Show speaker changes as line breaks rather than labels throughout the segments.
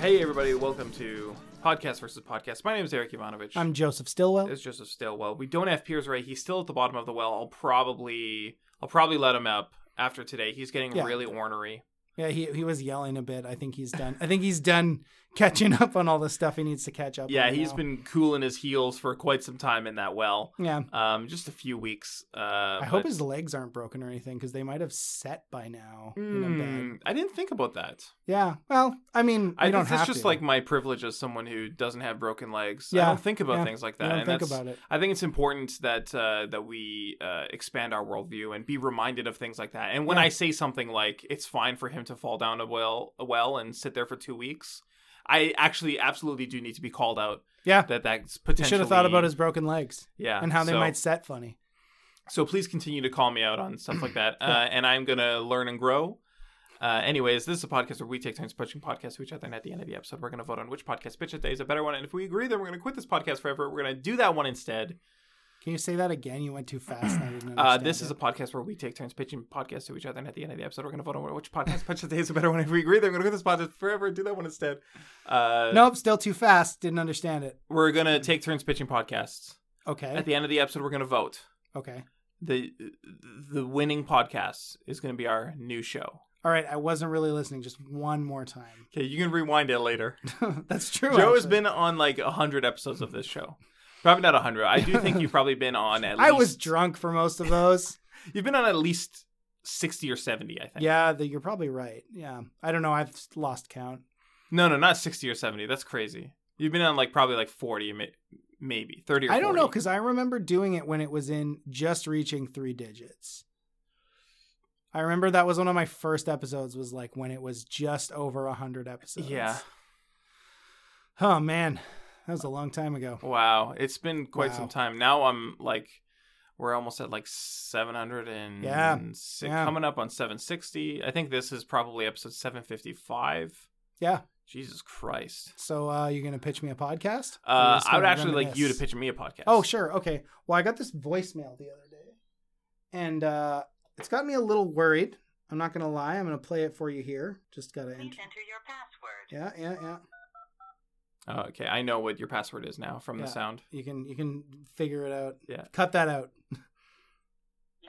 Hey, everybody, welcome to Podcast versus Podcast. My name is Eric Ivanovich.
I'm Joseph Stillwell.
it's Joseph Stilwell. We don't have Piers Ray. He's still at the bottom of the well. I'll probably I'll probably let him up after today. He's getting
Yeah.
really ornery.
Yeah, he he was yelling a bit. I think he's done. I think he's done catching up on all the stuff he needs to catch up.
Yeah,
on
he's
now.
been cooling his heels for quite some time in that well.
Yeah,
Um, just a few weeks. Uh,
I hope his legs aren't broken or anything because they might have set by now. in a bed.
mm, I didn't think about that.
Yeah. Well, I mean, we
Hmm. I
don't
think that's
have
just
to.
like my privilege as someone who doesn't have broken legs. I
Yeah,
don't think about
yeah,
things like
You
that.
don't
and
think
that's-
about it.
I think it's important that uh, that we uh, expand our worldview and be reminded of things like that. And when
Yeah.
I say something like it's fine for him to fall down a well, a well and sit there for two weeks, I actually absolutely do need to be called out
Yeah,
that that's
you
potentially.
should have thought about his broken legs
yeah
and how they
so-
might set funny.
So please continue to call me out on stuff like that, uh, and I'm gonna learn and grow. Uh, anyways, this is a podcast where we take turns pitching podcasts to each other, and at the end of the episode, we're gonna vote on which podcast pitch of the day is a better one. And if we agree, then we're gonna quit this podcast forever. We're gonna do that one instead.
Can you say that again? You went too fast. and I didn't
Uh,
understand
this
it.
is a podcast where we take turns pitching podcasts to each other, and at the end of the episode, we're going to vote on which podcast pitch of the day is a better one. If we agree, then we're going to go this podcast forever and do that one instead. Uh,
nope. Still too fast. Didn't understand it.
We're going to take turns pitching podcasts.
Okay.
At the end of the episode, we're going to vote.
okay.
The the winning podcast is going to be our new show.
All right. I wasn't really listening. Just one more time.
Okay, you can rewind it later.
That's true.
Joe has
actually.
been on like 100 episodes of this show. Probably not 100. I do think you've probably been on at
I
least.
was drunk for most of those.
You've been on at least 60 or 70, I think.
yeah, the, you're probably right. Yeah, I don't know. I've lost count.
No, no, not 60 or 70. That's crazy. You've been on like probably like 40, ma- maybe 30 or
I don't
40.
know because I remember doing it when it was in just reaching three digits. I remember that was one of my first episodes. Was like when it was just over hundred episodes.
Yeah.
Oh man, that was a long time ago.
Wow. It's been quite some
Wow.
time. Now I'm like, we're almost at like 700 and
Yeah,
six-
yeah.
coming up on 760. I think this is probably episode 755.
Yeah.
Jesus Christ.
So uh, you're gonna pitch me a podcast? Or you're
Uh,
just
I would
gonna
actually like you to
reminisce?
pitch me a podcast.
Oh, sure. Okay. Well, I got this voicemail the other day, and uh, it's got me a little worried. I'm not gonna lie. I'm gonna play it for you here. Just gotta
Please
enter.
enter your password.
Yeah, yeah, yeah.
Oh, okay. I know what your password is now from the
Yeah.
sound.
You can you can figure it out.
Yeah.
Cut that out.
You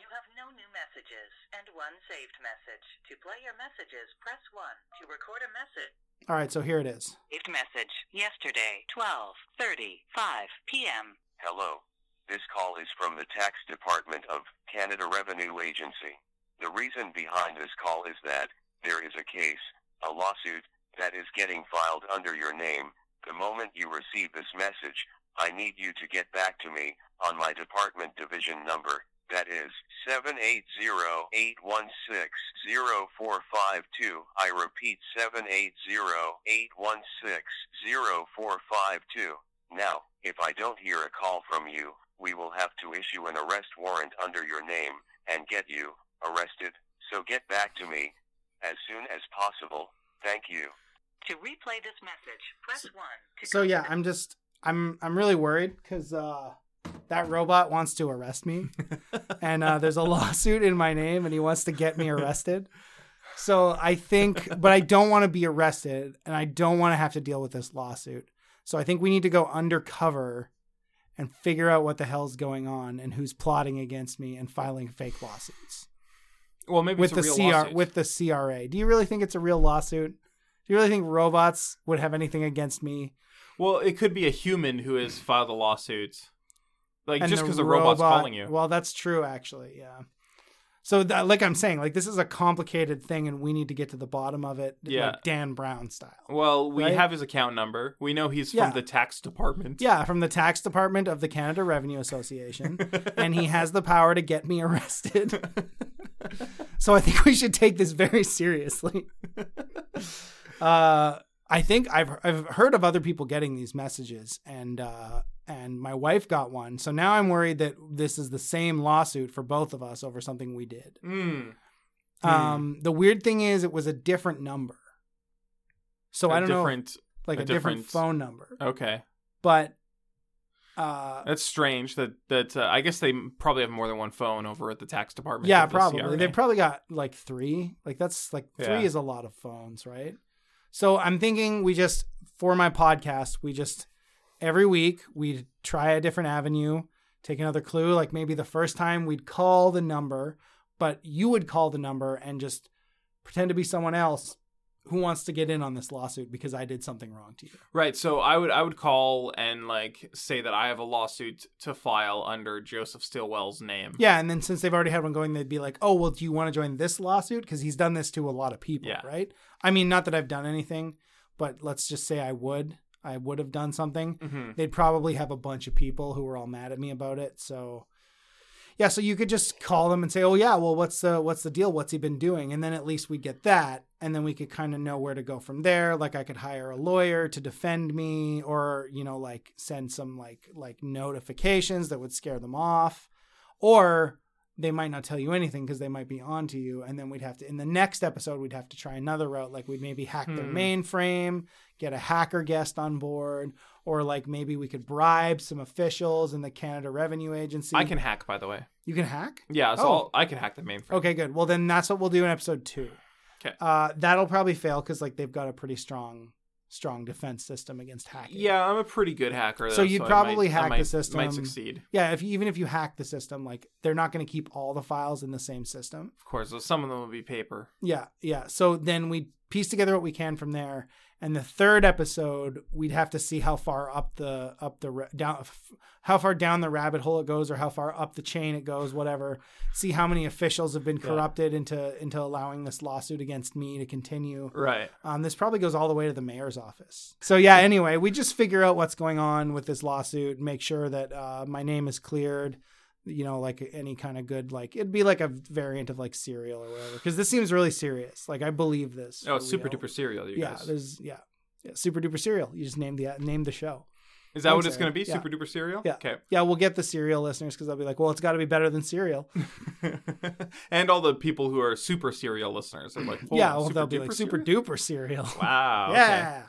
have no new messages and one saved message. To play your messages, press 1. To record a message.
All right. So here it is.
Saved message yesterday, 12:35 p.m.
Hello. This call is from the Tax Department of Canada Revenue Agency. The reason behind this call is that there is a case, a lawsuit, that is getting filed under your name. The moment you receive this message, I need you to get back to me on my department division number. That is 780-816-0452. I oh repeat 780-816-0452. Now, if I don't hear a call from you, we will have to issue an arrest warrant under your name and get you arrested. So get back to me as soon as possible. Thank you.
To replay this message, press 1. To
So yeah, I'm just I'm I'm really worried because uh, that robot wants to arrest me, and uh, there's a lawsuit in my name, and he wants to get me arrested. So I think, but I don't want to be arrested, and I don't want to have to deal with this lawsuit. So I think we need to go undercover and figure out what the hell's going on and who's plotting against me and filing fake lawsuits
Well, maybe it's
with
a
the
real
CR
lawsuit.
with the CRA. Do you really think it's a real lawsuit? Do you really think robots would have anything against me?
Well, it could be a human who has filed a lawsuit. Like
And
just
the
because the robot's
robot-
calling you.
Well, that's true, actually. Yeah. So, that, like I'm saying, like this is a complicated thing, and we need to get to the bottom of it,
Yeah.
like Dan Brown style.
Well, we
right?
have his account number. We know he's
Yeah.
from the tax department.
Yeah, from the tax department of the Canada Revenue Association, and he has the power to get me arrested. so I think we should take this very seriously. Uh, I think I've I've heard of other people getting these messages, and uh, and my wife got one. So now I'm worried that this is the same lawsuit for both of us over something we did.
Mm.
Um, the weird thing is, it was a different number. So I
I
I don't
different.
know, like
a
a, different,
different-
phone number,
Okay,
but uh,
that's strange. That that uh, I guess they probably have more than one phone over at the tax department.
yeah,
of the
probably
CRA.
they've probably got like three. Like that's like three
Yeah.
is a lot of phones, right? So I'm thinking we just for my podcast, we just every week we'd try a different avenue, take another clue. Like maybe the first time we'd call the number, but you would call the number and just pretend to be someone else who wants to get in on this lawsuit because I did something wrong to you.
Right. So I would I would call and like say that I have a lawsuit to file under Joseph Stilwell's name.
Yeah, and then since they've already had one going, they'd be like, "Oh, well, do you want to join this lawsuit?" Because he's done this to a lot of people,
Yeah.
right? I mean, not that I've done anything, but let's just say I would. I would have done something.
hmm
They'd probably have a bunch of people who were all mad at me about it. So, yeah, so you could just call them and say, "Oh, yeah, well, what's the what's the deal? What's he been doing?" And then at least we get that, and then we could kind of know where to go from there. Like I could hire a lawyer to defend me, or you know, like send some like like notifications that would scare them off, or they might not tell you anything because they might be on to you and then we'd have to in the next episode we'd have to try another route like we'd maybe hack their
Hmm.
mainframe get a hacker guest on board or like maybe we could bribe some officials in the canada revenue agency
I can hack, by the way.
you can hack
Yeah. So
Oh.
I'll, I can hack the mainframe.
okay good well then that's what we'll do in episode two
'Kay.
uh, that'll probably fail because like they've got a pretty strong strong defense system against hacking
Yeah, I'm a pretty good hacker. Though,
So you'd
I
probably
might- I
hack the
might-
system.
Might succeed.
yeah if you, even if you hack the system like they're not going to keep all the files in the same system
Of course, though some of them will be paper.
Yeah, yeah. So then we piece together what we can from there, and the third episode we'd have to see how far up the up the ra- down f- how far down the rabbit hole it goes, or how far up the chain it goes, whatever. See how many officials have been
Yeah.
corrupted into into allowing this lawsuit against me to continue.
Right.
Um, this probably goes all the way to the mayor's office. So yeah. Anyway, we just figure out what's going on with this lawsuit, make sure that uh, my name is cleared. You know, like any kind of good, like it'd be like a variant of like serial or whatever. Because this seems really serious. Like I believe this.
Oh,
for
it's super
real.
duper serial, you
Yeah.
guys.
There's yeah. yeah. Super duper serial. You just named the named the show.
Is that
I'm
what it's
sorry.
going to be?
Yeah.
Super duper serial?
Yeah.
Okay.
Yeah, we'll get the serial listeners because they'll be like, well, it's got to be better than serial.
and all the people who are super serial listeners are like, oh,
yeah, well,
super
they'll be
duper
like super
serial?
duper serial.
Wow. okay.
yeah.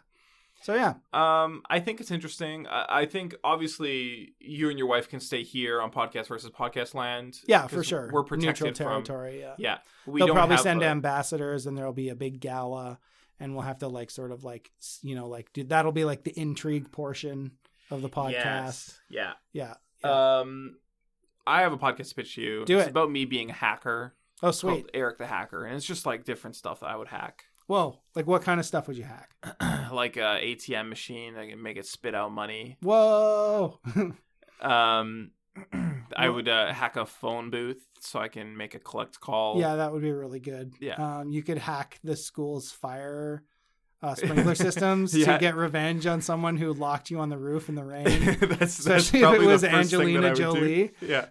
So yeah,
Um, I think it's interesting. I, I think obviously you and your wife can stay here on podcast versus podcast land.
yeah, for
'cause
sure.
We're protected
neutral
from.
territory. yeah.
Yeah, we
they'll
don't
probably
have
send
a-
ambassadors and there'll be a big gala and we'll have to like sort of like s- you know like do that'll be like the intrigue portion of the podcast
Yes, Yeah.
yeah
Um, I have a podcast to pitch to you.
Do
it's
it.
about me being a hacker.
oh
It's called
sweet
Eric the Hacker, and it's just like different stuff that I would hack,
whoa like what kind of stuff would you hack
like a ATM machine. I can make it spit out money.
whoa
Um, I
Well-
would uh, hack a phone booth so I can make a collect call.
yeah that would be really good
Oh. Yeah.
um you could hack the school's fire uh, sprinkler systems
Yeah.
to get revenge on someone who locked you on the roof in the rain
that's, that's
especially if it
probably the
was
first thing that I
angelina
would do.
jolie
Yeah.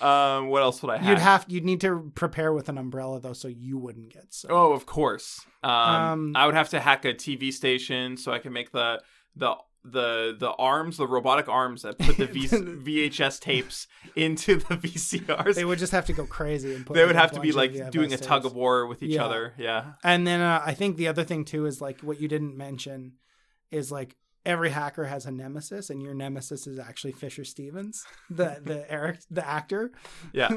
um, what else would I have?
you'd have you'd need to prepare with an umbrella though so you wouldn't get soaked.
Oh, of course. Um,
Um,
I would have to hack a TV station so I can make the the the the arms, the robotic arms that put the v- VHS tapes into the VCRs.
they
They would,
would just have to go crazy and put in a
have to be
bunch of
like
VFX
doing a tug of
tapes.
war with each
Yeah.
other. Yeah.
And then uh, I think the other thing too is like what you didn't mention is like every hacker has a nemesis, and your nemesis is actually Fisher Stevens, the the Eric the actor.
Yeah.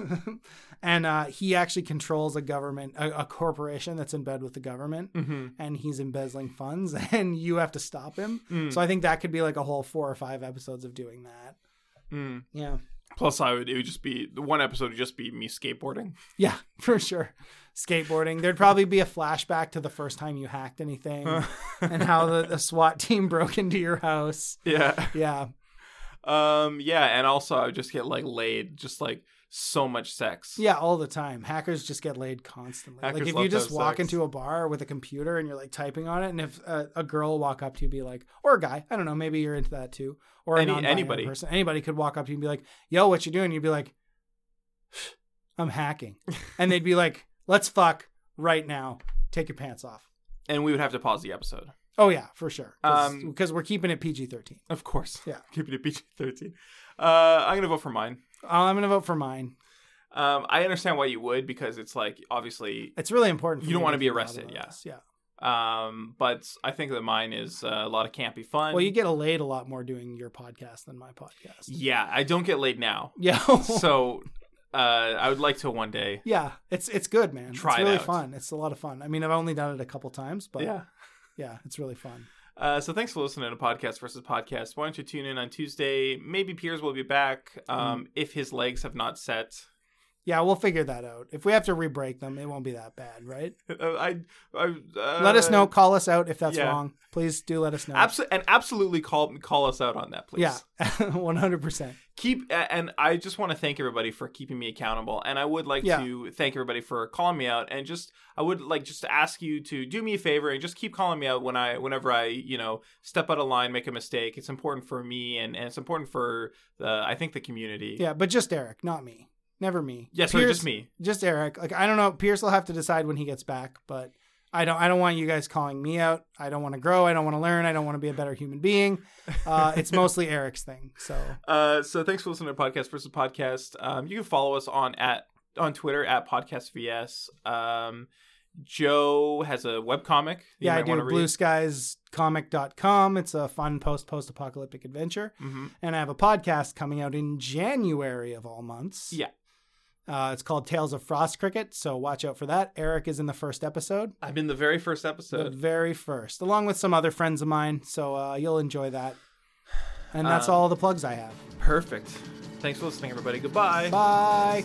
and uh, he actually controls a government, a, a corporation that's in bed with the government,
hmm
and he's embezzling funds, and you have to stop him.
Mm.
So I think that could be like a whole four or five episodes of doing that.
Mm.
Yeah.
Plus, I would it would just be the one episode would just be me skateboarding.
Yeah, for sure. Skateboarding. There'd probably be a flashback to the first time you hacked anything and how the, the SWAT team broke into your house.
yeah.
Yeah.
Um. Yeah. And also, I would just get like laid, just like so much sex.
Yeah, all the time. Hackers just get laid constantly.
Hackers
like if
love
you
to
just
have
walk
sex.
into a bar with a computer and you're like typing on it, and if a, a girl will walk up to you, be like, or a guy, I don't know, maybe you're into that too, or a
Any-
non-binary
anybody.
person, anybody could walk up to you and be like, "Yo, what you doing?" You'd be like, "I'm hacking," and they'd be like, "Let's fuck right now. Take your pants off."
And we would have to pause the episode.
Oh yeah, for sure.
Um,
Because we're keeping it PG thirteen.
Of course.
Yeah.
Keeping it PG thirteen. Uh, I'm gonna vote for mine.
I'm gonna vote for mine.
Um, I understand why you would because it's like obviously,
It's really important. For
You don't
me
wanna be
feel out
arrested,
about
yeah.
this. yeah.
um, but I think that mine is uh, a lot of campy fun.
Well, you get laid a lot more doing your podcast than my podcast.
yeah, I don't get laid now,
Yeah.
so uh, I would like to one day.
yeah. It's it's good, man.
Try it
it's really
out.
fun. It's a lot of fun. I mean, I've only done it a couple times, but yeah,
yeah,
Yeah, it's really fun.
Uh, so thanks for listening to Podcast versus Podcast. Why don't you tune in on Tuesday? Maybe Piers will be back um,
Mm.
if his legs have not set.
Yeah, we'll figure that out. If we have to re-break them, it won't be that bad, right?
Uh, I, I uh,
let us know. Call us out if that's
yeah.
wrong. Please do let us know.
Abso- and absolutely call call us out on that, please.
Yeah, one hundred percent.
keep a- and i just want to thank everybody for keeping me accountable and i would like
Yeah.
to thank everybody for calling me out and just i would like just to ask you to do me a favor and just keep calling me out when i whenever i you know step out of line make a mistake it's important for me and, and it's important for the i think the community
Yeah, but just Eric, not me. Never me.
yeah sorry just me
Just Eric. Like I don't know. Pierce will have to decide when he gets back, but I don't. I don't want you guys calling me out. I don't want to grow. I don't want to learn. I don't want to be a better human being. Uh, it's mostly Eric's thing. So
Uh, so thanks for listening to podcast versus podcast. Um, you can follow us on at on Twitter at podcast vs. Um, Joe has a webcomic. that you
yeah, I
might
do
wanna read.
blueskiescomic.com. It's a fun post post apocalyptic adventure,
Mhm.
and I have a podcast coming out in January of all months.
Yeah.
Uh, it's called Tales of Frost Cricket, so watch out for that. Eric is in the first episode.
I'm in the very first
the
episode.
very first, along with some other friends of mine. So uh, you'll enjoy that. And that's
Um,
all the plugs I have.
Perfect. Thanks for listening, everybody. Goodbye.
Bye.